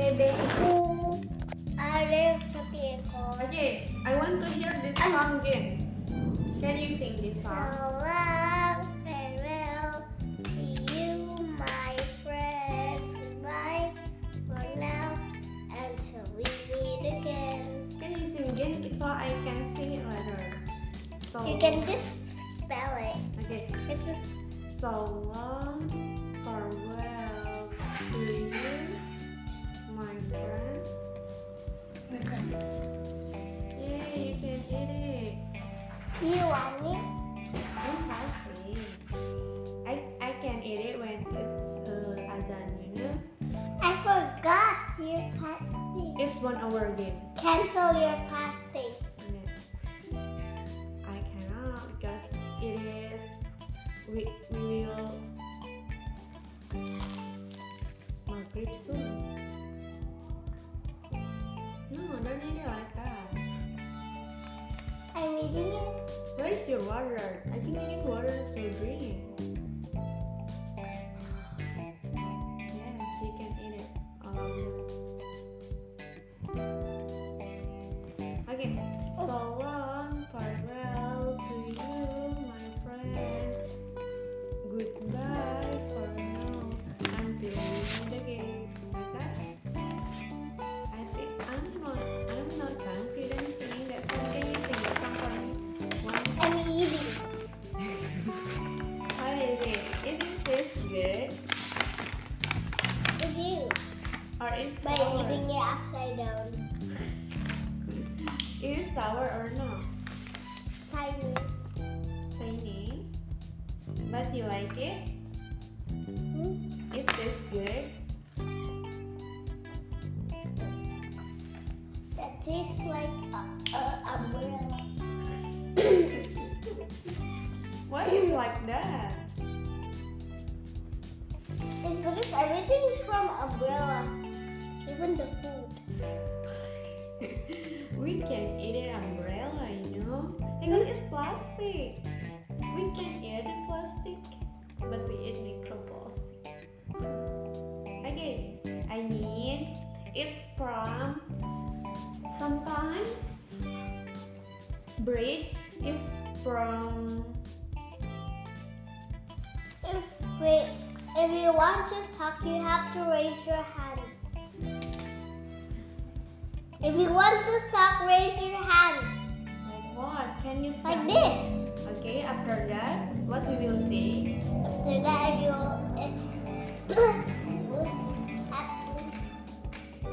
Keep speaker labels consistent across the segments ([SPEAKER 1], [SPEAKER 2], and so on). [SPEAKER 1] Benku Areu Sapieko
[SPEAKER 2] Okay, I want to hear this song again. Can you sing this
[SPEAKER 1] So
[SPEAKER 2] song?
[SPEAKER 1] long, farewell See you, my friends Goodbye for now Until we meet again
[SPEAKER 2] Can you sing again so I can sing it later? So
[SPEAKER 1] You can just spell it
[SPEAKER 2] okay.
[SPEAKER 1] It's a
[SPEAKER 2] So long, farewell to you, my friends. Yay, you can eat it.
[SPEAKER 1] You want me?
[SPEAKER 2] Don't pass me. I I can eat it when it's uh, azan, you know.
[SPEAKER 1] I forgot your pasting.
[SPEAKER 2] It's one hour again.
[SPEAKER 1] Cancel your pasting.
[SPEAKER 2] I cannot because it is we we will Maghrib soon. No, don't eat it like that.
[SPEAKER 1] I'm reading it.
[SPEAKER 2] Where's your water? I think you need water to drink. Yes, you can eat it. Um, okay, so long, farewell to you, my friend. Goodbye for now until we meet again. Like that? I think I'm not, I'm not confident singing that song. Can you sing that song for me once?
[SPEAKER 1] I'm eating.
[SPEAKER 2] How did it taste? Is it taste good
[SPEAKER 1] With you.
[SPEAKER 2] or it's
[SPEAKER 1] By
[SPEAKER 2] sour?
[SPEAKER 1] reading it upside down.
[SPEAKER 2] Is it sour or not?
[SPEAKER 1] Tiny.
[SPEAKER 2] Tiny. But you like it?
[SPEAKER 1] Hmm?
[SPEAKER 2] It tastes good.
[SPEAKER 1] That tastes like a, a umbrella.
[SPEAKER 2] What is like that?
[SPEAKER 1] It's because everything is from umbrella. Even the food.
[SPEAKER 2] we can eat an umbrella, you know? Because it's plastic. We can eat the plastic, but we eat microplastic. Okay, I mean, it's from sometimes bread is from
[SPEAKER 1] If, wait, if you want to talk, you have to raise your hands. If you want to talk, raise your hands.
[SPEAKER 2] like what? Can you tell
[SPEAKER 1] Like
[SPEAKER 2] me?
[SPEAKER 1] this.
[SPEAKER 2] Okay, after that, what we will see?
[SPEAKER 1] After that, if you.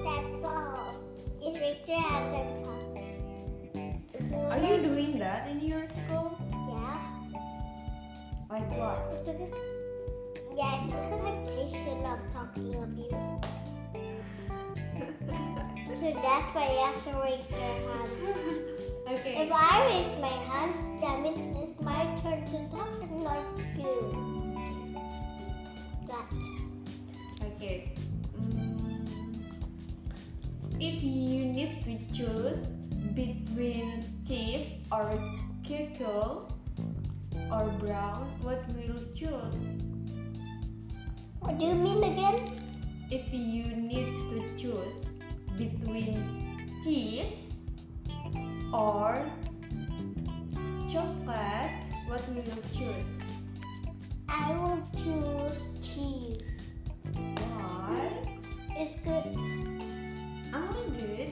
[SPEAKER 1] That's all. Just raise your hands and talk. If
[SPEAKER 2] Are you doing that in your school?
[SPEAKER 1] Yeah.
[SPEAKER 2] Like what?
[SPEAKER 1] It's because. Yeah, it's because I'm patient of talking of you. So that's why you have to raise your hands.
[SPEAKER 2] okay.
[SPEAKER 1] If I raise my hands, that means it's my turn to talk and not you. That.
[SPEAKER 2] Okay. Mm, If you need to choose between cheese or cocoa or brown, what will you choose?
[SPEAKER 1] What do you mean again?
[SPEAKER 2] If you need to choose between cheese or chocolate, what will you choose?
[SPEAKER 1] I will choose cheese.
[SPEAKER 2] Why?
[SPEAKER 1] It's good.
[SPEAKER 2] I'm good.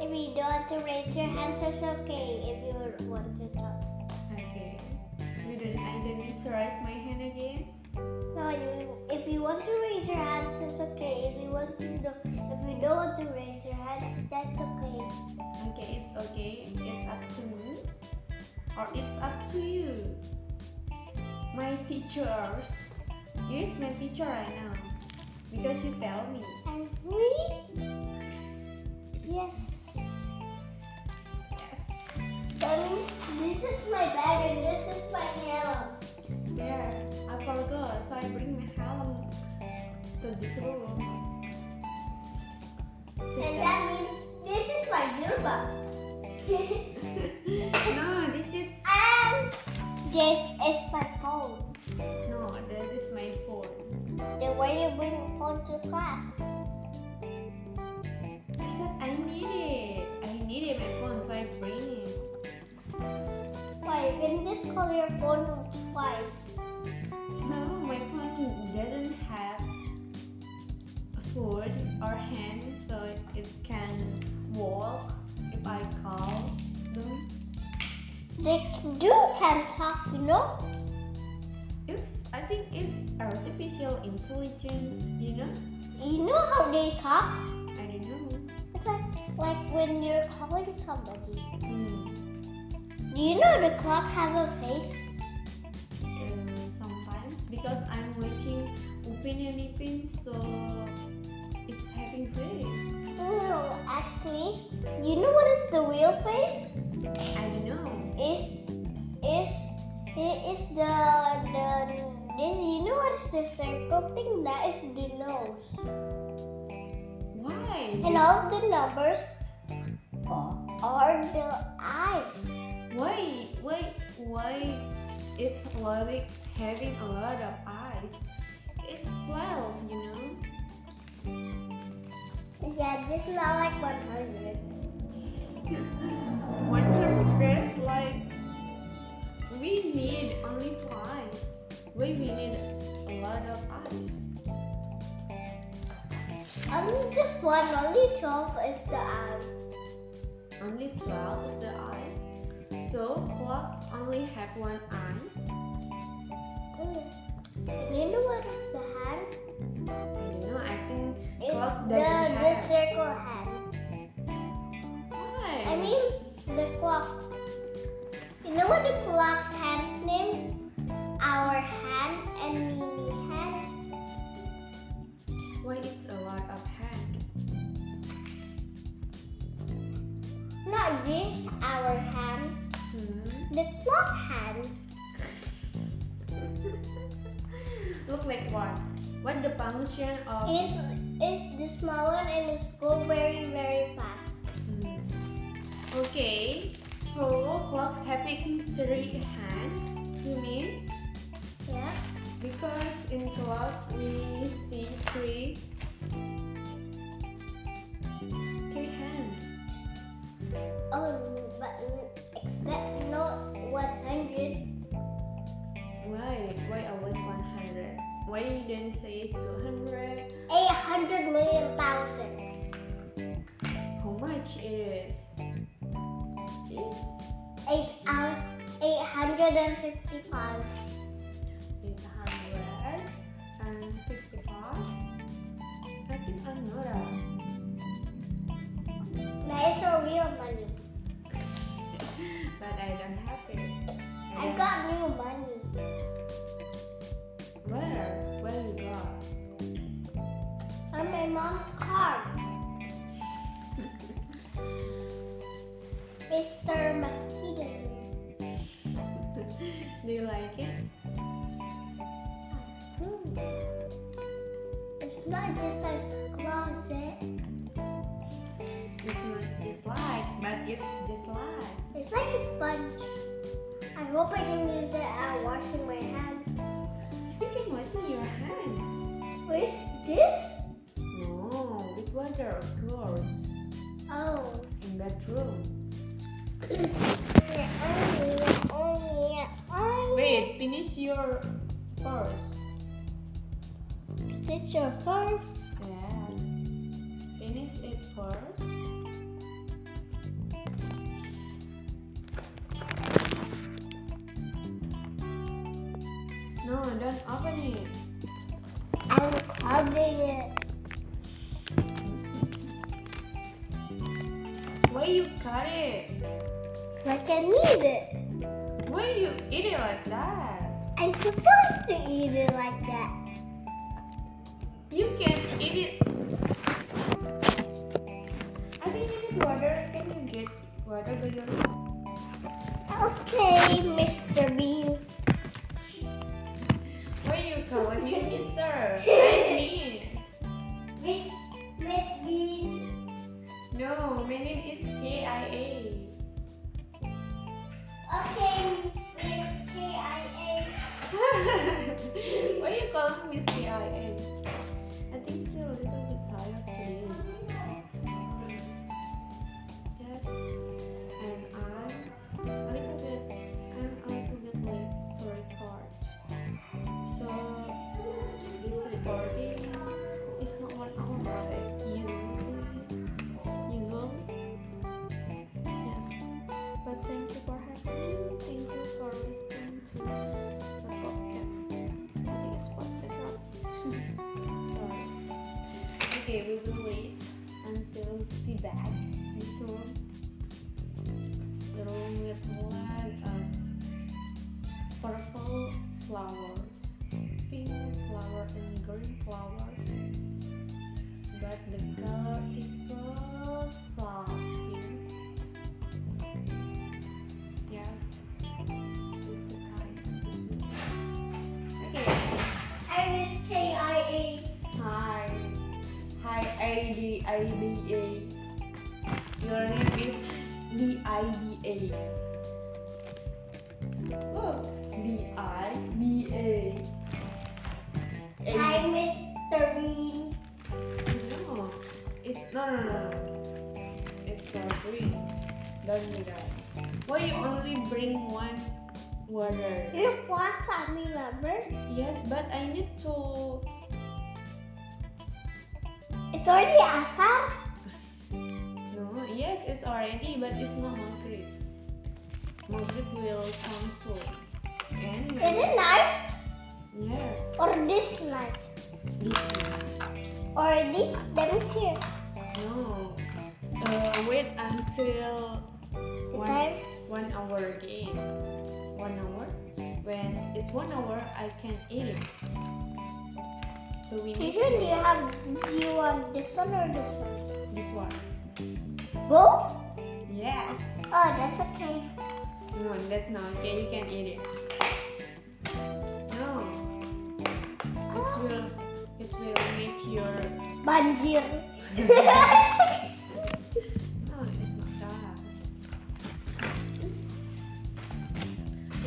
[SPEAKER 1] If you don't want to raise your hands, it's okay. If you want to talk,
[SPEAKER 2] Okay. You don't, I don't need to raise my hand again.
[SPEAKER 1] no. You, if you want to raise your hands, it's okay. If you want to, do, if you don't want to raise your hands, that's okay.
[SPEAKER 2] Okay, it's okay. It's up to me. Or it's up to you. My teachers. Here's my teacher right now. Because you tell me.
[SPEAKER 1] I'm free. Yes.
[SPEAKER 2] Yes.
[SPEAKER 1] That means this is my bag and this is my helm.
[SPEAKER 2] Yes. I forgot. So I bring my helm to this room. So
[SPEAKER 1] And
[SPEAKER 2] tell-
[SPEAKER 1] that means this is my yerba.
[SPEAKER 2] no, this is
[SPEAKER 1] and this is my phone.
[SPEAKER 2] no. That is my phone.
[SPEAKER 1] Then why you bring phone to class?
[SPEAKER 2] because I need it. I needed my phone, so I bring it.
[SPEAKER 1] Why you can just call your phone twice.
[SPEAKER 2] No, my phone doesn't have foot or hand, so it can walk if I call them.
[SPEAKER 1] They do can talk, you know.
[SPEAKER 2] It's I think it's artificial intelligence, you know?
[SPEAKER 1] You know how they talk.
[SPEAKER 2] I don't know.
[SPEAKER 1] It's like like when you're calling somebody.
[SPEAKER 2] Hmm.
[SPEAKER 1] Do you know the clock have a face?
[SPEAKER 2] Uh, sometimes because I'm watching Upin and Ipin, so it's having face.
[SPEAKER 1] No, actually, you know what is the real face?
[SPEAKER 2] I don't know.
[SPEAKER 1] Is is it is the the this you know what is the circle thing? That is the nose.
[SPEAKER 2] Why?
[SPEAKER 1] And all the numbers are, are the eyes.
[SPEAKER 2] Why? Why? Why? It's loving having a lot of eyes. It's twelve, you know.
[SPEAKER 1] Yeah, just not like 100.
[SPEAKER 2] One hundred, like we need only twice. Why we need a lot of eyes?
[SPEAKER 1] Only just one, only 12 is the um, eye.
[SPEAKER 2] Only twelve is the eye. So clock only have one eyes.
[SPEAKER 1] mm. You know what is the hand?
[SPEAKER 2] You know, I think
[SPEAKER 1] It's
[SPEAKER 2] Clock
[SPEAKER 1] the,
[SPEAKER 2] doesn't
[SPEAKER 1] the
[SPEAKER 2] have.
[SPEAKER 1] circle hand.
[SPEAKER 2] why?
[SPEAKER 1] I mean, the clock. You know what the clock hand's name? Our hand and Mimi hand.
[SPEAKER 2] why it's a lot of hand?
[SPEAKER 1] Not this, our hand.
[SPEAKER 2] Hmm.
[SPEAKER 1] The clock hand.
[SPEAKER 2] Look like what? What the function of?
[SPEAKER 1] Is is the small one and it's go very very fast.
[SPEAKER 2] Hmm. Okay, so clocks having three hands. You mean
[SPEAKER 1] Yeah.
[SPEAKER 2] because in clock we see three, three hands.
[SPEAKER 1] Oh, but expect not 100.
[SPEAKER 2] Why? Why always one hundred? Why you didn't say two hundred?
[SPEAKER 1] 800 million thousand.
[SPEAKER 2] How much it is? It's
[SPEAKER 1] 8 out 855.
[SPEAKER 2] eight hundred and fifty-five. I think I'm not right.
[SPEAKER 1] That is our real money.
[SPEAKER 2] but I don't have it.
[SPEAKER 1] I got new money.
[SPEAKER 2] where? Where you got?
[SPEAKER 1] On my mom's card. Mr. Mosquito.
[SPEAKER 2] Do you like it?
[SPEAKER 1] Hmm. It's not just a closet.
[SPEAKER 2] It's not just like, but it's just like.
[SPEAKER 1] It's like a sponge. I hope I can use it at washing my hands.
[SPEAKER 2] You can wash your hand.
[SPEAKER 1] With this?
[SPEAKER 2] No, with water of course.
[SPEAKER 1] Oh.
[SPEAKER 2] In bathroom. Wait, finish your first.
[SPEAKER 1] It's your first.
[SPEAKER 2] Yes. Finish it first. No, don't open it.
[SPEAKER 1] I'm covering it.
[SPEAKER 2] Why you cut it?
[SPEAKER 1] Like I need it.
[SPEAKER 2] Why you eat it like that?
[SPEAKER 1] I'm supposed to eat it like that.
[SPEAKER 2] You can eat it. I think you need water. Can you get water by yourself?
[SPEAKER 1] Okay, Mr. Bean.
[SPEAKER 2] Why you calling me Mister? I miss.
[SPEAKER 1] Miss Miss Bean.
[SPEAKER 2] No, my name is K I A.
[SPEAKER 1] Okay, Miss KIA.
[SPEAKER 2] Why you calling me CIA? I think still a little bit tired today. Okay, we will wait until she back. And so, the room with lot of ah, purple flowers, pink flower and green flower. But the color is so soft. pink. Yes, it's the kind. Okay.
[SPEAKER 1] I miss KIA.
[SPEAKER 2] Hi. Hi, ID, IDA. Your name is DIBA. Look, DIBA.
[SPEAKER 1] I miss Doreen.
[SPEAKER 2] No, it's no, no, no, no. It's for green. Don't do that. Why you only bring one water?
[SPEAKER 1] You bought some, remember?
[SPEAKER 2] Yes, but I need to.
[SPEAKER 1] It's already asar.
[SPEAKER 2] No, yes, it's already, but it's not Maghrib. Maghrib will come soon. And
[SPEAKER 1] Is it night
[SPEAKER 2] yes,
[SPEAKER 1] or this night?
[SPEAKER 2] this is-
[SPEAKER 1] Already? That means here.
[SPEAKER 2] no. Uh, wait until
[SPEAKER 1] The
[SPEAKER 2] one,
[SPEAKER 1] time?
[SPEAKER 2] one hour again. One hour. When it's one hour, I can eat. So we need
[SPEAKER 1] Usually you have, do you want this one or this one?
[SPEAKER 2] this one.
[SPEAKER 1] Both?
[SPEAKER 2] Yes.
[SPEAKER 1] Oh, that's okay.
[SPEAKER 2] No, that's not okay. You can eat it. No, it
[SPEAKER 1] Oh,
[SPEAKER 2] will it will make your
[SPEAKER 1] banjir.
[SPEAKER 2] No, it's not that.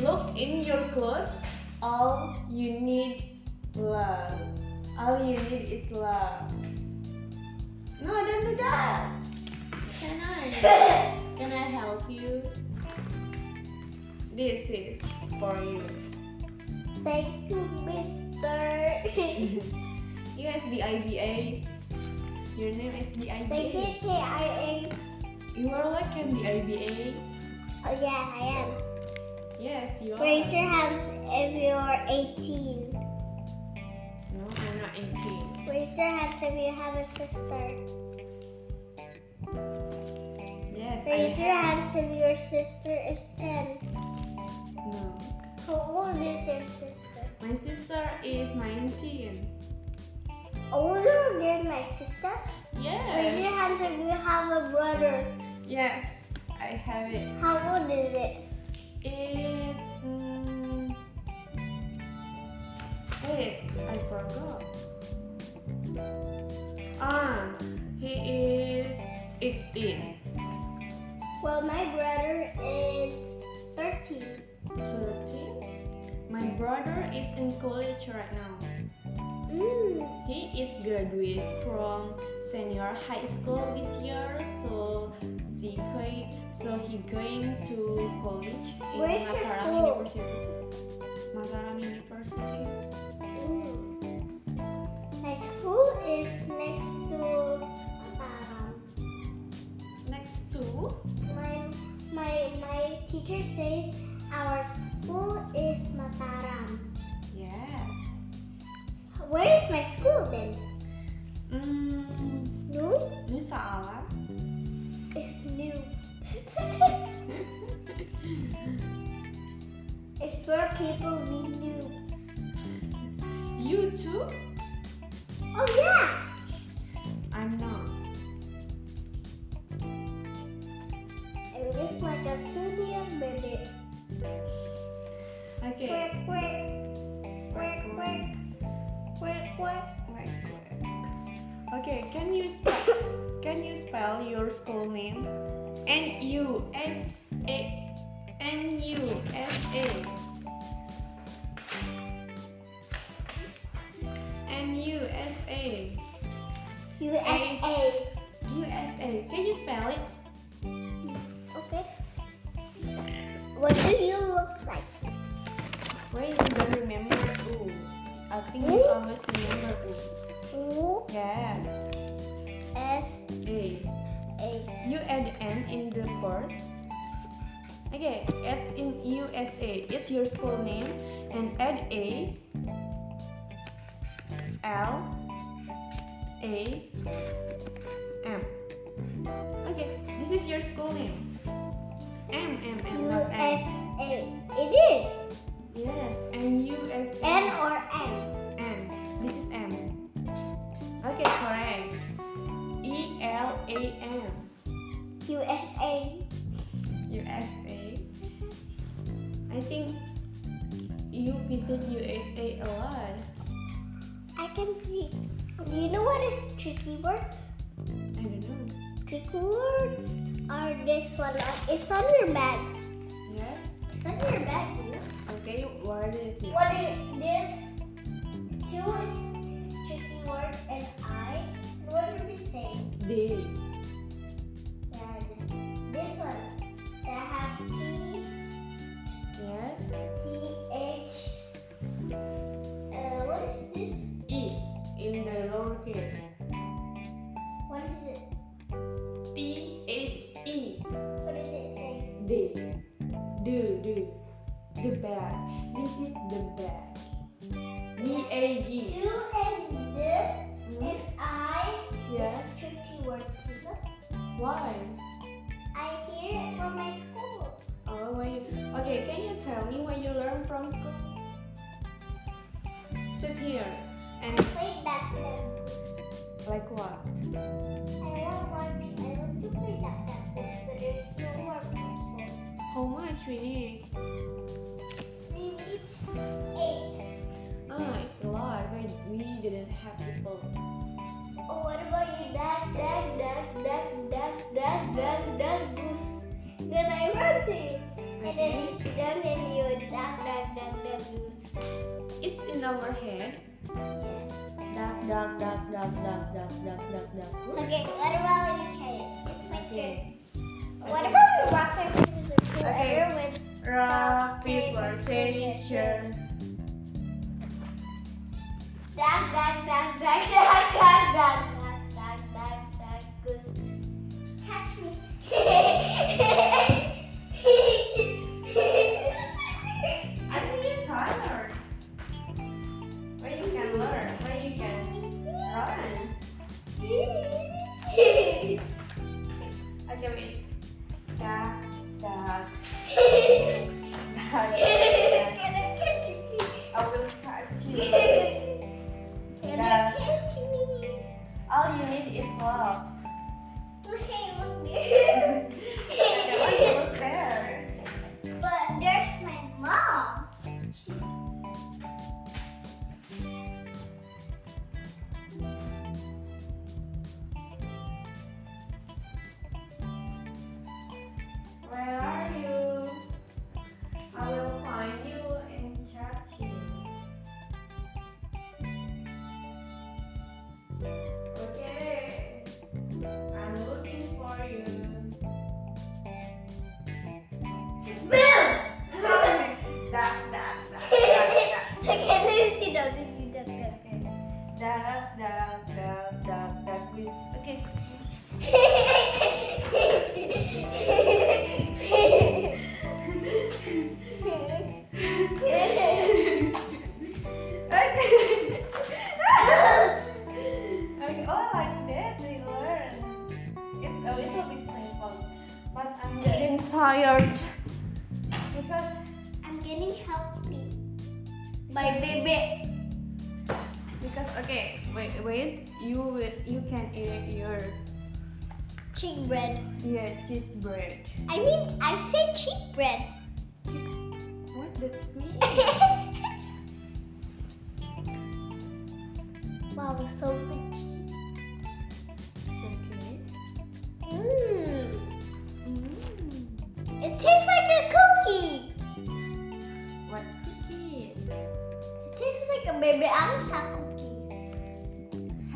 [SPEAKER 2] Look in your clothes. All you need love. All you need is love. No, don't do that. Can I? Can I help you? This is for you.
[SPEAKER 1] Thank you, mister.
[SPEAKER 2] Yes, the IBA. Your name is the
[SPEAKER 1] Thank you,
[SPEAKER 2] IBA.
[SPEAKER 1] KIA.
[SPEAKER 2] You are like an the IBA.
[SPEAKER 1] Oh, yeah, I am.
[SPEAKER 2] Yes, you are.
[SPEAKER 1] Raise your hands if you are 18.
[SPEAKER 2] No, we're not 18.
[SPEAKER 1] Raise your hands if you have a sister.
[SPEAKER 2] Yes,
[SPEAKER 1] Raise
[SPEAKER 2] I
[SPEAKER 1] your hands if your sister is 10.
[SPEAKER 2] No.
[SPEAKER 1] How old is your sister?
[SPEAKER 2] My sister is 19.
[SPEAKER 1] Older than my sister? Raise
[SPEAKER 2] Yes.
[SPEAKER 1] your hands if you have a brother.
[SPEAKER 2] Yes, I have it.
[SPEAKER 1] How old is it?
[SPEAKER 2] It's. Um, wait, I forgot. Ah, he is 18.
[SPEAKER 1] Well, my brother is 13.
[SPEAKER 2] 13. My brother is in college right now.
[SPEAKER 1] Mm.
[SPEAKER 2] He is graduate from senior high school this year, so he going, so he going to college in
[SPEAKER 1] Where is your
[SPEAKER 2] Mataram
[SPEAKER 1] school?
[SPEAKER 2] University. Mataram University.
[SPEAKER 1] Mm. My school is next to Mataram.
[SPEAKER 2] Next to
[SPEAKER 1] My, my, my teacher says our school is Mataram.
[SPEAKER 2] yes.
[SPEAKER 1] Where is my school then?
[SPEAKER 2] Mm,
[SPEAKER 1] No,
[SPEAKER 2] Nusa Ala.
[SPEAKER 1] it's new. it's where people meet noobs.
[SPEAKER 2] you too?
[SPEAKER 1] Oh yeah,
[SPEAKER 2] I'm not.
[SPEAKER 1] and it's like a souvenir baby.
[SPEAKER 2] Okay.
[SPEAKER 1] Quick, quick, quick, quick, quick, quick.
[SPEAKER 2] Like, like. Okay, can you spell can you spell your school name? N U S A N U S A N U S A
[SPEAKER 1] USA.
[SPEAKER 2] U S A. Can you spell it?
[SPEAKER 1] Okay. What do you look like?
[SPEAKER 2] Wait, don't remember ooh. I think you
[SPEAKER 1] Ooh.
[SPEAKER 2] always remember ooh.
[SPEAKER 1] U
[SPEAKER 2] Yes.
[SPEAKER 1] S
[SPEAKER 2] A.
[SPEAKER 1] A.
[SPEAKER 2] You add N in the first. Okay, it's in USA. It's your school name and add A L A M. Okay, this is your school name. M M M. not M.
[SPEAKER 1] USA. It is.
[SPEAKER 2] Yes, M U S
[SPEAKER 1] N or M.
[SPEAKER 2] M. This is M. Okay, correct. E L A M.
[SPEAKER 1] USA.
[SPEAKER 2] USA. I think you visit USA a lot.
[SPEAKER 1] I can see. Do you know what is tricky words?
[SPEAKER 2] I don't know.
[SPEAKER 1] Tricky words are this one. It's on your bag.
[SPEAKER 2] Yeah.
[SPEAKER 1] It's on your bag. you know.
[SPEAKER 2] Okay, what is it?
[SPEAKER 1] What is this? Two is tricky word and I. What did we say?
[SPEAKER 2] Day.
[SPEAKER 1] Yeah, this one. That have T
[SPEAKER 2] Yes.
[SPEAKER 1] T H. Uh, what is this?
[SPEAKER 2] E in the lowercase.
[SPEAKER 1] What is it?
[SPEAKER 2] T H E.
[SPEAKER 1] What does it say?
[SPEAKER 2] D. Do do. The bag. This is the bag. B A G.
[SPEAKER 1] Two and the
[SPEAKER 2] Hmm?
[SPEAKER 1] and I.
[SPEAKER 2] Yeah.
[SPEAKER 1] It's tricky words. you know?
[SPEAKER 2] Why?
[SPEAKER 1] I hear it from my school.
[SPEAKER 2] Oh, why you... Okay, can you tell me what you learned from school? Sit here. And
[SPEAKER 1] Play duck duck.
[SPEAKER 2] like what?
[SPEAKER 1] I want one. I want to play duck duck this, but there's no more people.
[SPEAKER 2] How much we need?
[SPEAKER 1] We need eight.
[SPEAKER 2] Ah, it's a lot. but We didn't have people.
[SPEAKER 1] Oh, what about you? Duck duck duck duck duck duck duck duck goose. Then I run to you. And then you sit down and you duck duck duck duck goose.
[SPEAKER 2] It's in our head.
[SPEAKER 1] Yeah.
[SPEAKER 2] Duck, duck, duck, duck, duck, duck, duck, duck, duck.
[SPEAKER 1] Okay, what about you try it? It's my turn.
[SPEAKER 2] Okay.
[SPEAKER 1] What about you rock, paper, scissors,
[SPEAKER 2] Okay.
[SPEAKER 1] whoever wins?
[SPEAKER 2] Rock, paper, scissors.
[SPEAKER 1] Duck, duck, duck, duck, duck, duck, duck, duck, duck, duck, duck, goose. Catch me.
[SPEAKER 2] I think you're tired. But you can learn. But you can run. Okay, wait. Duck, duck, duck, duck.
[SPEAKER 1] Can I catch me?
[SPEAKER 2] I will catch you.
[SPEAKER 1] Can I
[SPEAKER 2] Duck.
[SPEAKER 1] catch me?
[SPEAKER 2] All you need is love.
[SPEAKER 1] Look, hey, look there.
[SPEAKER 2] Okay, why you look there?
[SPEAKER 1] But there's my mom.
[SPEAKER 2] Where are you? I will find you and catch you. Okay. I'm looking for you.
[SPEAKER 1] Boom!
[SPEAKER 2] Duck, duck, duck, duck, duck.
[SPEAKER 1] okay, let me see that. Let me see that. that,
[SPEAKER 2] Duck, duck, duck, duck, duck. Please. Okay. Okay. Okay, oh, like that we learn. It's a little bit simple, but I'm getting tired because
[SPEAKER 1] I'm getting healthy by baby.
[SPEAKER 2] because okay, wait, wait. You will, you can eat your
[SPEAKER 1] Cheek bread.
[SPEAKER 2] yeah cheese bread.
[SPEAKER 1] I mean, I say cheek bread.
[SPEAKER 2] What that's me?
[SPEAKER 1] Hmm, wow, so much.
[SPEAKER 2] It's okay.
[SPEAKER 1] Mmm.
[SPEAKER 2] Mm.
[SPEAKER 1] It tastes like a cookie.
[SPEAKER 2] What cookies?
[SPEAKER 1] It tastes like a baby angsa cookie.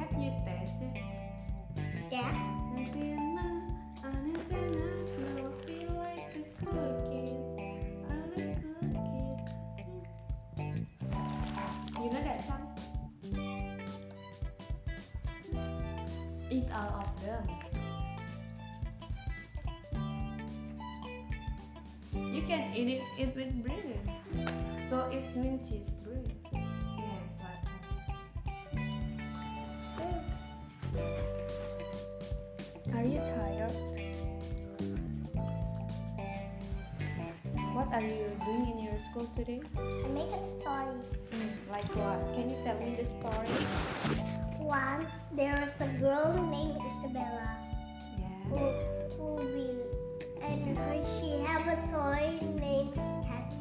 [SPEAKER 2] Have you tasted?
[SPEAKER 1] Yeah.
[SPEAKER 2] You know that song? Eat all of them. You can eat it, eat with bread. So it's mean cheese bread. Yes, like that. are you doing in your school today?
[SPEAKER 1] I make a story.
[SPEAKER 2] Hmm, like what? Can you tell me the story?
[SPEAKER 1] Once there was a girl named Isabella who,
[SPEAKER 2] Yes.
[SPEAKER 1] who will and her she have a toy named cat.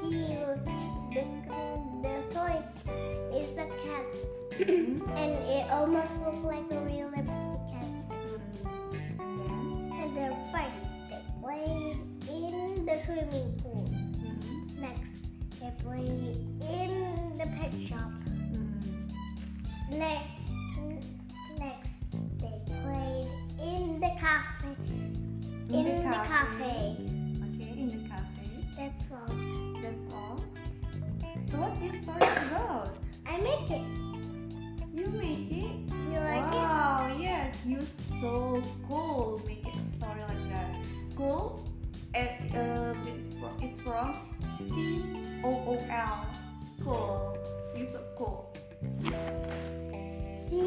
[SPEAKER 1] She the, the toy is a cat
[SPEAKER 2] Mm-hmm.
[SPEAKER 1] and it almost look like a real lipstick cat.
[SPEAKER 2] Hmm.
[SPEAKER 1] And then first they play in the swimming pool. Next they play in the pet shop.
[SPEAKER 2] Hmm.
[SPEAKER 1] Next, next they played in the cafe.
[SPEAKER 2] Mm-hmm.
[SPEAKER 1] In, the, cafe.
[SPEAKER 2] Okay, in the cafe.
[SPEAKER 1] That's all.
[SPEAKER 2] That's all. So what this story is about?
[SPEAKER 1] I make it.
[SPEAKER 2] You make it.
[SPEAKER 1] You like it?
[SPEAKER 2] wow, yes, you so cool. Make it story like that. Cool. It, um, it's from, it's from C O O L. Cool. You so cool.
[SPEAKER 1] See?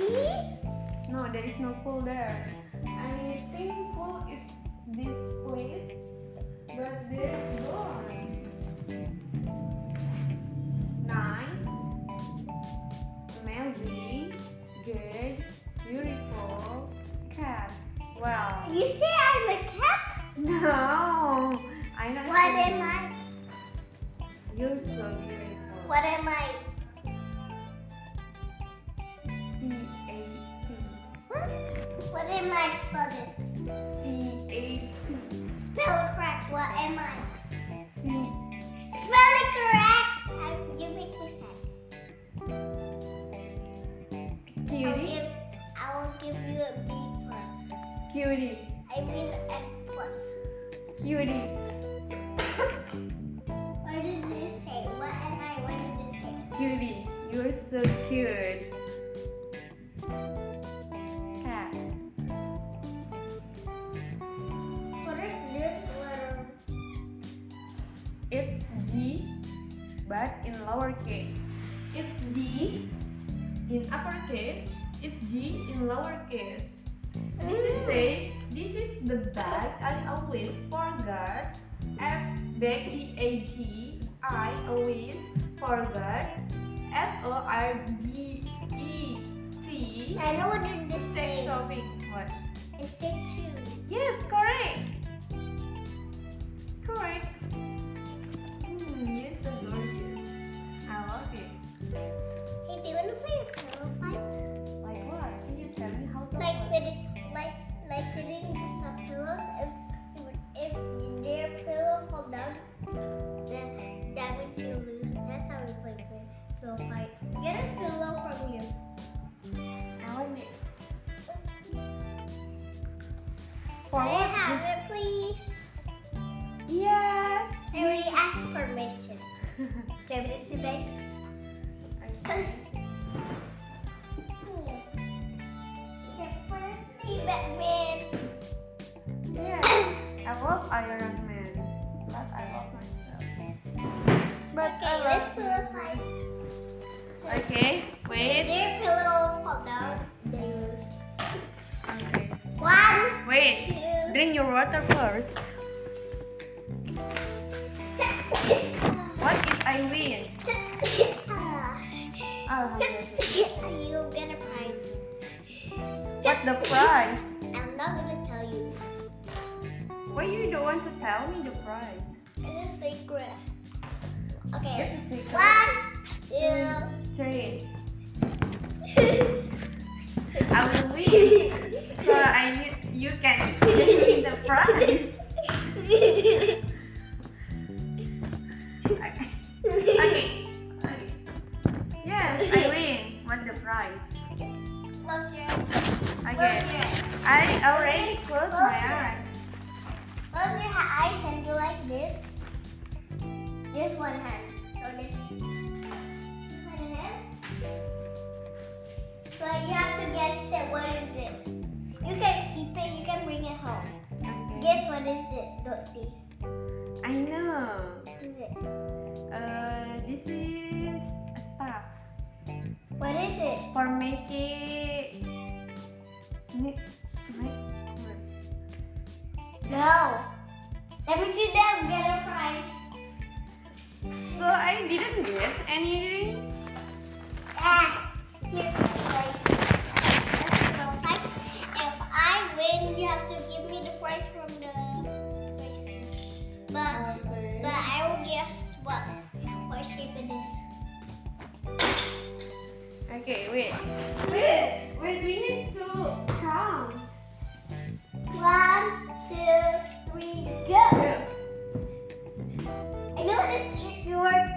[SPEAKER 2] No, there is no pool there. I think pool is this place, but there is door. Nice, amazing, good, beautiful cat. Well,
[SPEAKER 1] You say I'm a cat?
[SPEAKER 2] no, I not.
[SPEAKER 1] What
[SPEAKER 2] saying-
[SPEAKER 1] am I?
[SPEAKER 2] You're so beautiful.
[SPEAKER 1] What am I?
[SPEAKER 2] C A T.
[SPEAKER 1] Huh? What am I? Spell this.
[SPEAKER 2] C A
[SPEAKER 1] Spell it correct. What am I?
[SPEAKER 2] T. C
[SPEAKER 1] Spell it correct. Um, you make me sad. I'll
[SPEAKER 2] cutie.
[SPEAKER 1] give, I will give you a B plus.
[SPEAKER 2] Cutie.
[SPEAKER 1] I mean F plus.
[SPEAKER 2] Cutie.
[SPEAKER 1] What did it say? What am I? What did it say?
[SPEAKER 2] Cutie, you're so cute. Cat.
[SPEAKER 1] What is this letter?
[SPEAKER 2] It's G, but in lowercase. It's G in uppercase. It's G in lowercase. This is say this is the bag I always forgot. F bag B A G I always forgot. F O R D E T.
[SPEAKER 1] I know what it is
[SPEAKER 2] Sex
[SPEAKER 1] saying.
[SPEAKER 2] shopping. What?
[SPEAKER 1] It said two.
[SPEAKER 2] Yes, correct. Correct. Hmm, yes, I love this. I love it.
[SPEAKER 1] Hey, do you wanna play a pillow fight?
[SPEAKER 2] Like what? Can you tell me how to
[SPEAKER 1] Like
[SPEAKER 2] play?
[SPEAKER 1] with it, like like hitting the some pillows. If if their pillow fall down, then that means you lose. That's how we play with pillow fight. Get a pillow from you.
[SPEAKER 2] I like this.
[SPEAKER 1] Can
[SPEAKER 2] For
[SPEAKER 1] I
[SPEAKER 2] what?
[SPEAKER 1] have it, please?
[SPEAKER 2] Yes.
[SPEAKER 1] I already asked permission. Do you have any snacks?
[SPEAKER 2] I-
[SPEAKER 1] Batman.
[SPEAKER 2] yes. I love Iron Man, but I love myself. But I
[SPEAKER 1] Okay, let's
[SPEAKER 2] love.
[SPEAKER 1] put a fight.
[SPEAKER 2] Okay.
[SPEAKER 1] If
[SPEAKER 2] Wait.
[SPEAKER 1] their pillow fall down, they lose.
[SPEAKER 2] Okay.
[SPEAKER 1] One,
[SPEAKER 2] Wait.
[SPEAKER 1] two.
[SPEAKER 2] Drink your water first. What if I win? Alhamdulillah.
[SPEAKER 1] You'll get a prize.
[SPEAKER 2] What the prize?
[SPEAKER 1] I'm not gonna tell you.
[SPEAKER 2] Why you don't want to tell me the prize?
[SPEAKER 1] It's a secret. Okay.
[SPEAKER 2] It's a secret.
[SPEAKER 1] One, two.
[SPEAKER 2] Three.
[SPEAKER 1] I
[SPEAKER 2] I will win. So I need you can give me the prize. Okay. Okay. Okay. Yes, I win. What the prize?
[SPEAKER 1] Close your
[SPEAKER 2] Okay. I already closed my eyes.
[SPEAKER 1] close your eyes and do like this. This one hand. Or this. This one hand. But you have to guess it. What is it? You can keep it. You can bring it home.
[SPEAKER 2] Okay.
[SPEAKER 1] Guess what is it? Don't see.
[SPEAKER 2] I know.
[SPEAKER 1] What is it?
[SPEAKER 2] Uh, this is a stuff
[SPEAKER 1] What is it?
[SPEAKER 2] for making ne- necklace.
[SPEAKER 1] No. Let me see them get a prize.
[SPEAKER 2] So I didn't get anything.
[SPEAKER 1] Ah, here's the prize. That's so thanks. If I win, you have to give me the prize from the prize. But but I will guess what what shape it is.
[SPEAKER 2] Okay, wait. Wait, wait, we need to count.
[SPEAKER 1] One, two, three, go. I know this trick you work.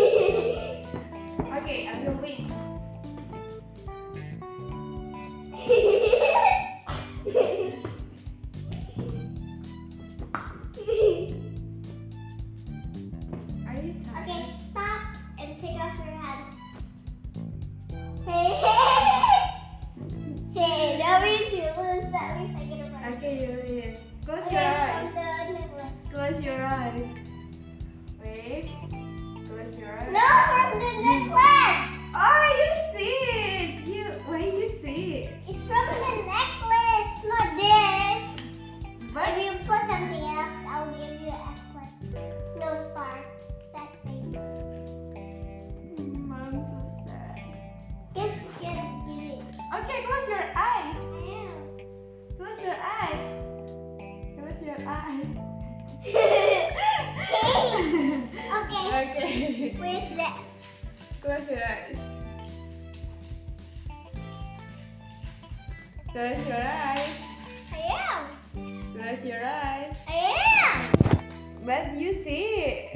[SPEAKER 2] Okay, I'm gonna wait. Are you tired?
[SPEAKER 1] okay, stop and take off your hands. hey, don't be too loose. That means I get a prize.
[SPEAKER 2] Okay, you wait. Close
[SPEAKER 1] Okay,
[SPEAKER 2] your eyes.
[SPEAKER 1] I'm done with this.
[SPEAKER 2] Close your eyes. Wait. Close your eyes.
[SPEAKER 1] No, from the necklace.
[SPEAKER 2] Oh, you see it. You why you see it?
[SPEAKER 1] It's from the necklace, not this. If
[SPEAKER 2] But
[SPEAKER 1] you put something else, I'll give you a necklace. No star. Sad face.
[SPEAKER 2] Mm, I'm so sad.
[SPEAKER 1] Guess you gotta do it.
[SPEAKER 2] Okay, close your eyes.
[SPEAKER 1] I
[SPEAKER 2] Close your eyes. Close your eyes.
[SPEAKER 1] am. okay.
[SPEAKER 2] okay.
[SPEAKER 1] Where's that?
[SPEAKER 2] Close your eyes. Close your eyes.
[SPEAKER 1] I am.
[SPEAKER 2] Close your eyes.
[SPEAKER 1] I am.
[SPEAKER 2] But you see.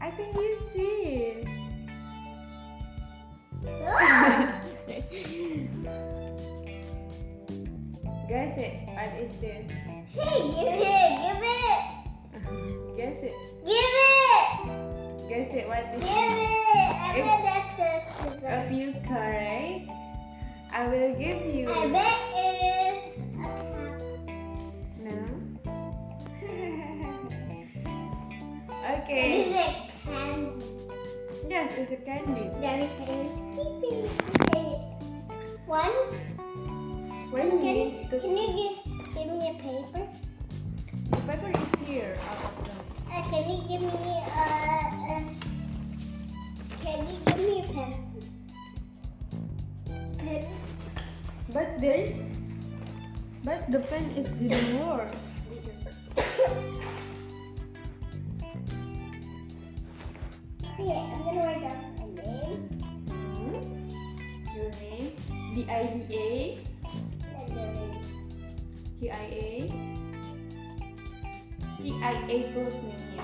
[SPEAKER 2] I think you see.
[SPEAKER 1] Look.
[SPEAKER 2] Guess it. What is this?
[SPEAKER 1] hey, give it. Give it.
[SPEAKER 2] Guess it.
[SPEAKER 1] Give it.
[SPEAKER 2] Guess it. What is
[SPEAKER 1] Give
[SPEAKER 2] it?
[SPEAKER 1] it. I bet
[SPEAKER 2] It's-
[SPEAKER 1] that's a scissor.
[SPEAKER 2] A puka, right? I will give you.
[SPEAKER 1] I bet it's a cap.
[SPEAKER 2] No.
[SPEAKER 1] That is a candy.
[SPEAKER 2] okay. Yes, it's a candy.
[SPEAKER 1] That is creepy. Okay. Once,
[SPEAKER 2] Why
[SPEAKER 1] can,
[SPEAKER 2] you need to?
[SPEAKER 1] can you give, give me a paper?
[SPEAKER 2] The paper is here. Out of the-
[SPEAKER 1] Uh, can you give me a, a can you give me a pen? Pen?
[SPEAKER 2] But there is. But the pen is didn't work.
[SPEAKER 1] Okay, I'm gonna write down my name.
[SPEAKER 2] Hmm? Your name? D I V A.
[SPEAKER 1] and your name.
[SPEAKER 2] TIA TIA plus namanya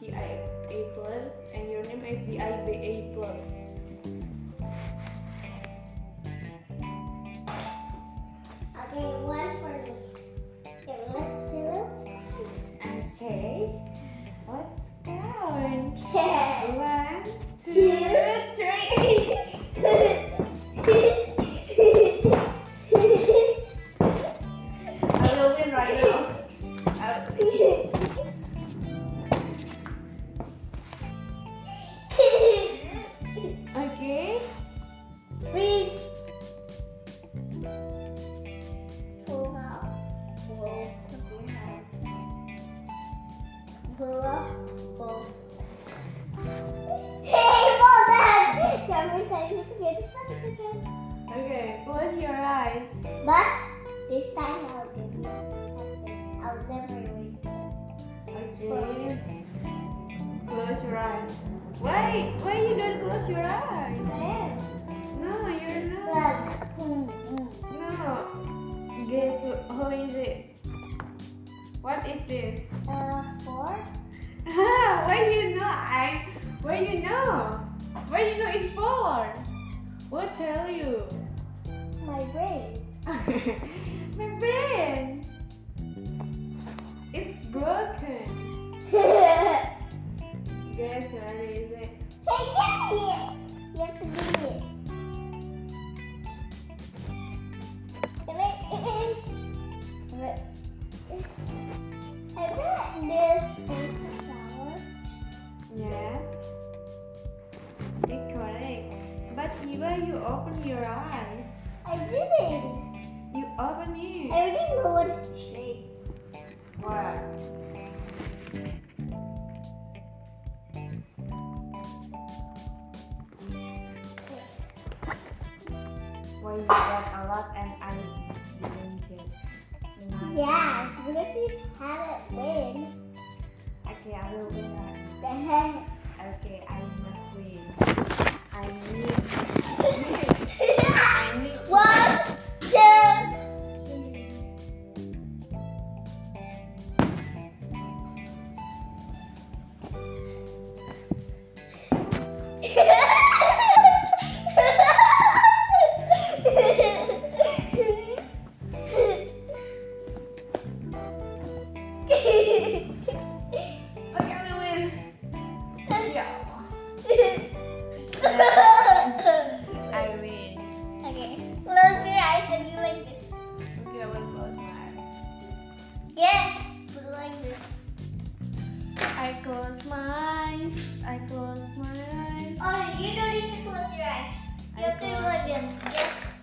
[SPEAKER 2] TIA plus and your name is DIBA plus
[SPEAKER 1] Okay, one for me. Okay, let's fill it.
[SPEAKER 2] okay let's count
[SPEAKER 1] Yeah.
[SPEAKER 2] one
[SPEAKER 1] Two,
[SPEAKER 2] two
[SPEAKER 1] three.
[SPEAKER 2] I will win right now I- okay
[SPEAKER 1] Freeze. Pull out both of your hands. Pull up both. Hey, well done! Every time you forget it, comes again.
[SPEAKER 2] okay close your eyes
[SPEAKER 1] But this time I'll give you something. I'll never erase it.
[SPEAKER 2] okay close your eyes why why you don't close your eyes
[SPEAKER 1] There.
[SPEAKER 2] no you're not
[SPEAKER 1] Look.
[SPEAKER 2] No. Guess wh- who is it? What is this?
[SPEAKER 1] Uh, four.
[SPEAKER 2] why you know I? Why you know? Why you know it's for? What tell you?
[SPEAKER 1] My brain.
[SPEAKER 2] My brain. It's broken.
[SPEAKER 1] hey,
[SPEAKER 2] Guess what is it?
[SPEAKER 1] give me it. You have to give me it. Give it. But- I bet this is a flower.
[SPEAKER 2] Yes. It's correct. But why you open your eyes?
[SPEAKER 1] I did
[SPEAKER 2] Apa nih?
[SPEAKER 1] I already know what is straight.
[SPEAKER 2] What? Why you got a lot and I didn't get none?
[SPEAKER 1] Yes, because you haven't win.
[SPEAKER 2] Okay, I will win that.
[SPEAKER 1] The heck?
[SPEAKER 2] Okay, I must win. I need. I need. to-
[SPEAKER 1] One, two.
[SPEAKER 2] Okay, I will win. Yeah, I win.
[SPEAKER 1] Okay, close your eyes and do like this.
[SPEAKER 2] Okay, I will close my eyes.
[SPEAKER 1] Yes, put it like this.
[SPEAKER 2] I close my eyes. I close my eyes.
[SPEAKER 1] Oh, you don't need to close your eyes. You
[SPEAKER 2] I
[SPEAKER 1] have to do
[SPEAKER 2] close
[SPEAKER 1] like this. Guess.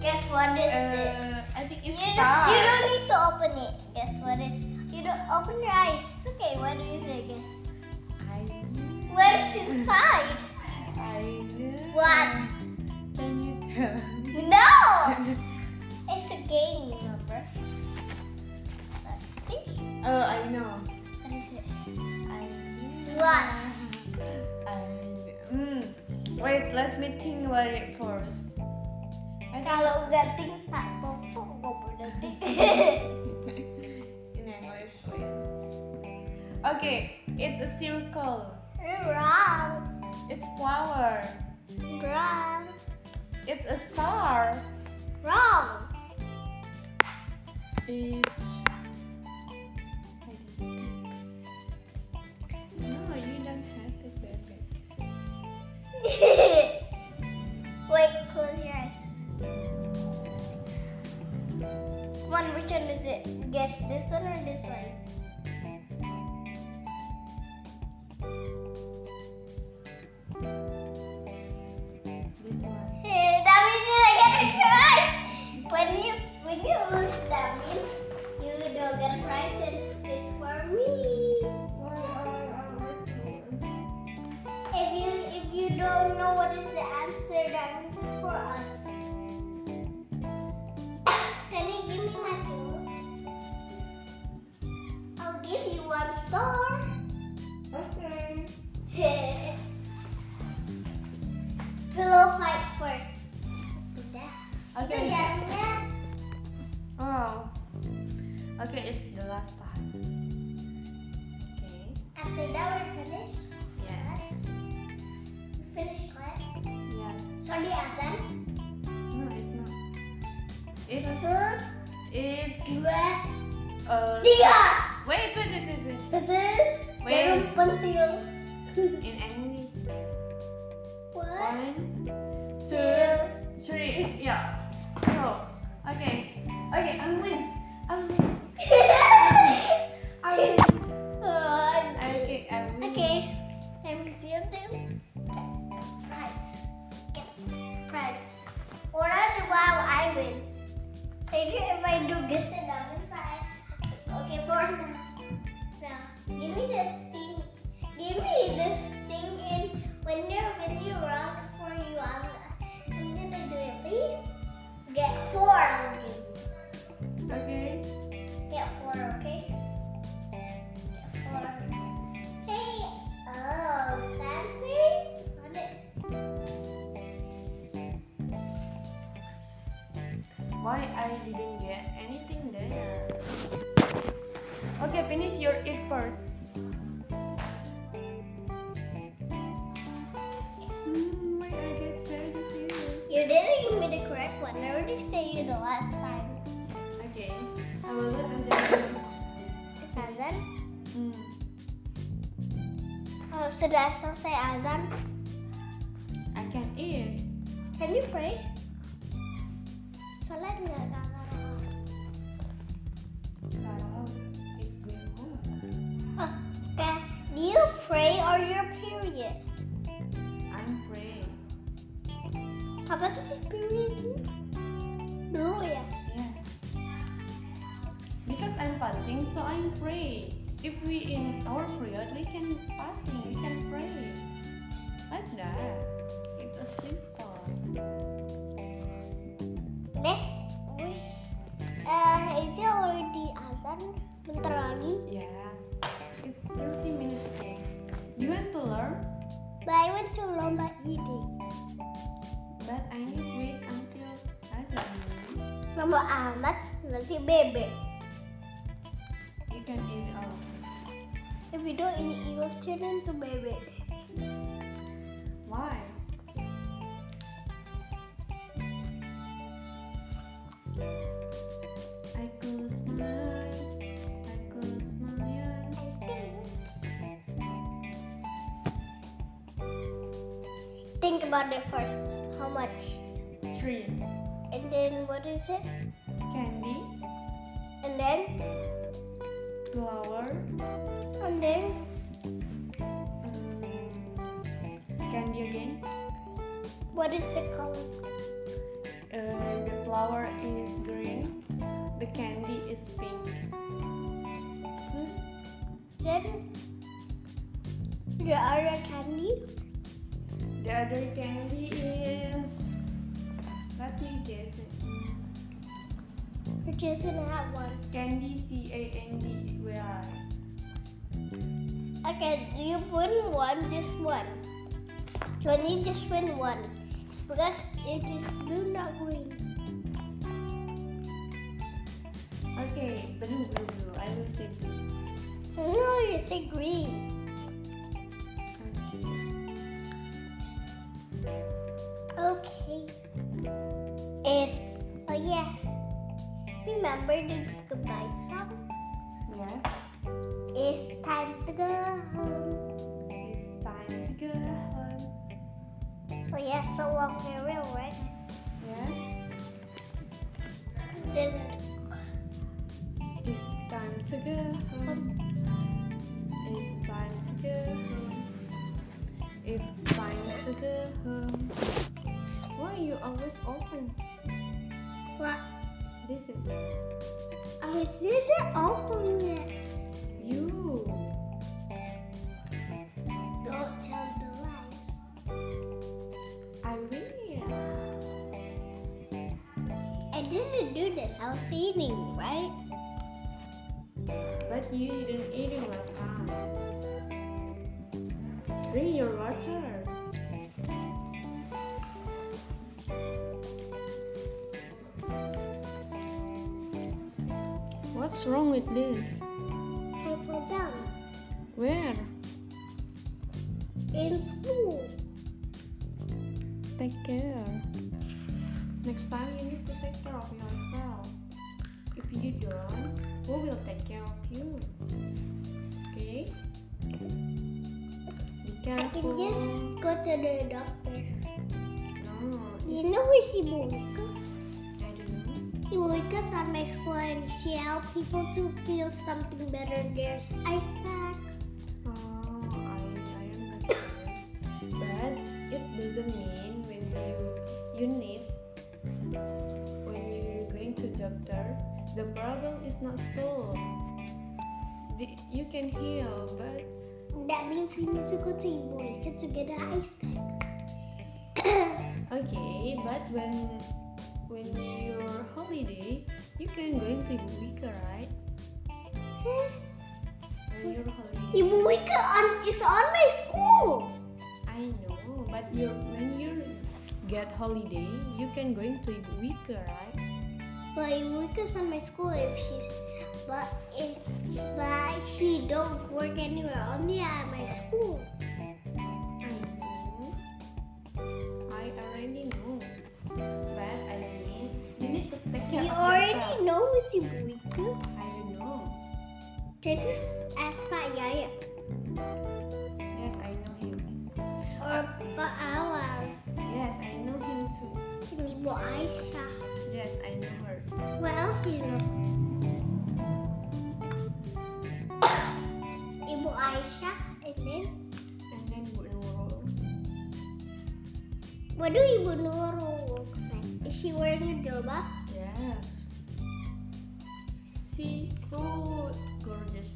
[SPEAKER 1] Guess what is it?
[SPEAKER 2] Uh, I think
[SPEAKER 1] You
[SPEAKER 2] it's
[SPEAKER 1] don't,
[SPEAKER 2] five.
[SPEAKER 1] you don't need to open it. Guess what is? You don't open your eyes. It's okay. What do you say? Guess.
[SPEAKER 2] I knew.
[SPEAKER 1] What is inside?
[SPEAKER 2] I knew.
[SPEAKER 1] What?
[SPEAKER 2] Can you tell me?
[SPEAKER 1] No. It's a game, remember? Let's see.
[SPEAKER 2] Oh, I know.
[SPEAKER 1] What is it?
[SPEAKER 2] I knew.
[SPEAKER 1] What?
[SPEAKER 2] I knew. Mm. Wait, let me think about it first. I
[SPEAKER 1] Kalau ganting tak tutup, kok berdetik.
[SPEAKER 2] in English, please. Okay, it's a circle.
[SPEAKER 1] Wrong.
[SPEAKER 2] It's flower.
[SPEAKER 1] Wrong.
[SPEAKER 2] It's a star.
[SPEAKER 1] Wrong.
[SPEAKER 2] It's. No, you don't have to do it.
[SPEAKER 1] Wait, close your eyes. One, which one is it? Guess this one or this one?
[SPEAKER 2] This one.
[SPEAKER 1] Hey, that means that I get a prize. When you when you lose, that means you don't get a prize, and it's for me. If you if you don't know what is the answer, that means it's for us. Can you give me my pillow? I'll give you one star.
[SPEAKER 2] Okay.
[SPEAKER 1] pillow fight first. Sudah.
[SPEAKER 2] Okay.
[SPEAKER 1] Sejamnya.
[SPEAKER 2] Oh. Okay, it's the last time. Okay.
[SPEAKER 1] After that we're finished.
[SPEAKER 2] Yes.
[SPEAKER 1] We finished class.
[SPEAKER 2] Yes.
[SPEAKER 1] Sorry, Azan.
[SPEAKER 2] No, it's not. It's
[SPEAKER 1] Satu,
[SPEAKER 2] it's
[SPEAKER 1] dua,
[SPEAKER 2] uh.
[SPEAKER 1] tiga.
[SPEAKER 2] Wait, wait, wait, wait, wait.
[SPEAKER 1] Satu.
[SPEAKER 2] Wait.
[SPEAKER 1] Jarum pentil.
[SPEAKER 2] In English,
[SPEAKER 1] One,
[SPEAKER 2] one,
[SPEAKER 1] two,
[SPEAKER 2] two, three. Yeah. Go. Okay. Okay, I win. I win. I win. Okay, I win.
[SPEAKER 1] Okay. Let me see if they get the prize. Get the prize. Or other wow, I win. Maybe if I do guess it up inside. Okay, for now. Now, give me this thing. Give me this thing in when you're when you're wrong, it's for you. I'm, I'm gonna do it. Please get four. I'll give you.
[SPEAKER 2] Okay.
[SPEAKER 1] Get four, okay? Get four. Hey, oh, sad face? Love it.
[SPEAKER 2] Why I didn't get anything there? Okay, finish your it first. Hmm, why I get sad face?
[SPEAKER 1] You didn't give me the correct one. I already said you the last time.
[SPEAKER 2] Okay, I will wait until.
[SPEAKER 1] Azan? Oh,
[SPEAKER 2] Hmm.
[SPEAKER 1] Kalau sudah selesai azan,
[SPEAKER 2] I can eat.
[SPEAKER 1] can you pray? Salat nggak kakak?
[SPEAKER 2] Sarah is going home.
[SPEAKER 1] Oh, okay. Do you pray or your period?
[SPEAKER 2] I'm praying.
[SPEAKER 1] Apa tuh sih period? Dulu ya?
[SPEAKER 2] Yeah. fasting, so I'm pray. If we in our period, we can fasting, we can pray. Like that. It's simple.
[SPEAKER 1] Bes, eh itu already azan bentar lagi.
[SPEAKER 2] Yes. It's 30 minutes game. You want to learn,
[SPEAKER 1] But I want to lomba eating.
[SPEAKER 2] but I need wait until Azan.
[SPEAKER 1] Lomba amat nanti bebek.
[SPEAKER 2] You can eat uh, all.
[SPEAKER 1] If you don't eat, you will turn into bebek.
[SPEAKER 2] Why? I close my eyes. I close my eyes.
[SPEAKER 1] Think about it first. How much?
[SPEAKER 2] Three.
[SPEAKER 1] And then what is it?
[SPEAKER 2] Candy,
[SPEAKER 1] And then?
[SPEAKER 2] flower,
[SPEAKER 1] And then?
[SPEAKER 2] um, candy again.
[SPEAKER 1] What is the color?
[SPEAKER 2] Uh, the flower is green. The candy is pink.
[SPEAKER 1] Then? The other candy?
[SPEAKER 2] The other candy is. Let me guess it.
[SPEAKER 1] Or Jason have one.
[SPEAKER 2] Candy C A N D Y.
[SPEAKER 1] Okay, you win one, just one. Johnny just win one. It's because it is blue, not green.
[SPEAKER 2] Okay, blue, blue, blue. I will say blue.
[SPEAKER 1] No, you say green.
[SPEAKER 2] Okay.
[SPEAKER 1] Okay. Is oh yeah. Remember the goodbye song?
[SPEAKER 2] Yes,
[SPEAKER 1] It's time to go home.
[SPEAKER 2] it's time to go home.
[SPEAKER 1] Oh yeah, so long farewell, right?
[SPEAKER 2] Yes,
[SPEAKER 1] Then
[SPEAKER 2] it's time to go home. It's time to go home. It's time to go home. Why you always open?
[SPEAKER 1] what?
[SPEAKER 2] This is
[SPEAKER 1] I didn't open it.
[SPEAKER 2] you.
[SPEAKER 1] Don't tell the lies.
[SPEAKER 2] I will.
[SPEAKER 1] I didn't do this. I was eating, right?
[SPEAKER 2] But you didn't eat it last time. Drink your water. What's wrong with this?
[SPEAKER 1] I fell down
[SPEAKER 2] Where?
[SPEAKER 1] in school.
[SPEAKER 2] Take care. Next time you need to take care of yourself. If you don't, who will take care of you? Okay? Be
[SPEAKER 1] I
[SPEAKER 2] careful.
[SPEAKER 1] can just go to the doctor.
[SPEAKER 2] No,
[SPEAKER 1] You know who is Ibu Wika?
[SPEAKER 2] I don't know.
[SPEAKER 1] Ibu Wika's at my school and she helped people to feel something better. There's ice pack.
[SPEAKER 2] Oh, I, I understand. But it doesn't mean when you you need when you're going to doctor, the problem is not solved. The- You can heal, but
[SPEAKER 1] That means we need to go to Ibu Wika to get an ice pack.
[SPEAKER 2] okay. But when when you're holiday, you can going to Wika, right? When you're holiday,
[SPEAKER 1] Ibu Wika on, is on my school.
[SPEAKER 2] I know. But you when you get holiday, you can going to Wika, right?
[SPEAKER 1] But Ibu Wika's on my school if she's but if but she don't work anywhere only at my school.
[SPEAKER 2] I know. I already know. But I mean, you need to take care
[SPEAKER 1] You
[SPEAKER 2] of
[SPEAKER 1] already
[SPEAKER 2] yourself.
[SPEAKER 1] know it's Ibu Wika.
[SPEAKER 2] I don't know.
[SPEAKER 1] Did this ask my yaya
[SPEAKER 2] Yes, I know him.
[SPEAKER 1] or Pak Awal?
[SPEAKER 2] Yes, I know him too.
[SPEAKER 1] Ini Bu Aisyah.
[SPEAKER 2] Yes, I know her.
[SPEAKER 1] What else do you know? Ibu Aisyah and then
[SPEAKER 2] And then Bu Nurul.
[SPEAKER 1] what do Ibu Nurul look like? Is she wearing a jilbab?
[SPEAKER 2] Yes. She's so gorgeous.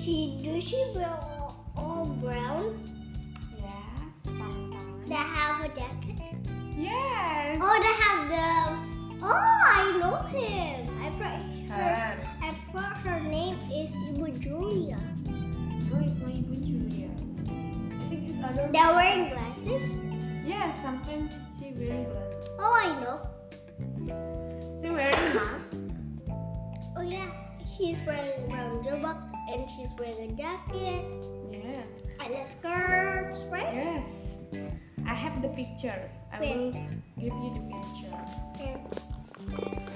[SPEAKER 1] She do she wear all, all brown?
[SPEAKER 2] Yes, sometimes.
[SPEAKER 1] The have a jacket.
[SPEAKER 2] Yes.
[SPEAKER 1] Oh, the have the. Oh, I know him. I put her.
[SPEAKER 2] Her.
[SPEAKER 1] I thought her name is Ibu Julia.
[SPEAKER 2] No, it's not Ibu Julia. I think it's other.
[SPEAKER 1] They're wearing glasses.
[SPEAKER 2] Yes, sometimes she wearing glasses.
[SPEAKER 1] Oh, I know.
[SPEAKER 2] She wearing mask.
[SPEAKER 1] Oh yeah, she's wearing brown jilbab and she's wearing a jacket
[SPEAKER 2] Yes.
[SPEAKER 1] and a skirt, right?
[SPEAKER 2] Yes. I have the pictures. I
[SPEAKER 1] Where?
[SPEAKER 2] will give you the picture.
[SPEAKER 1] Here.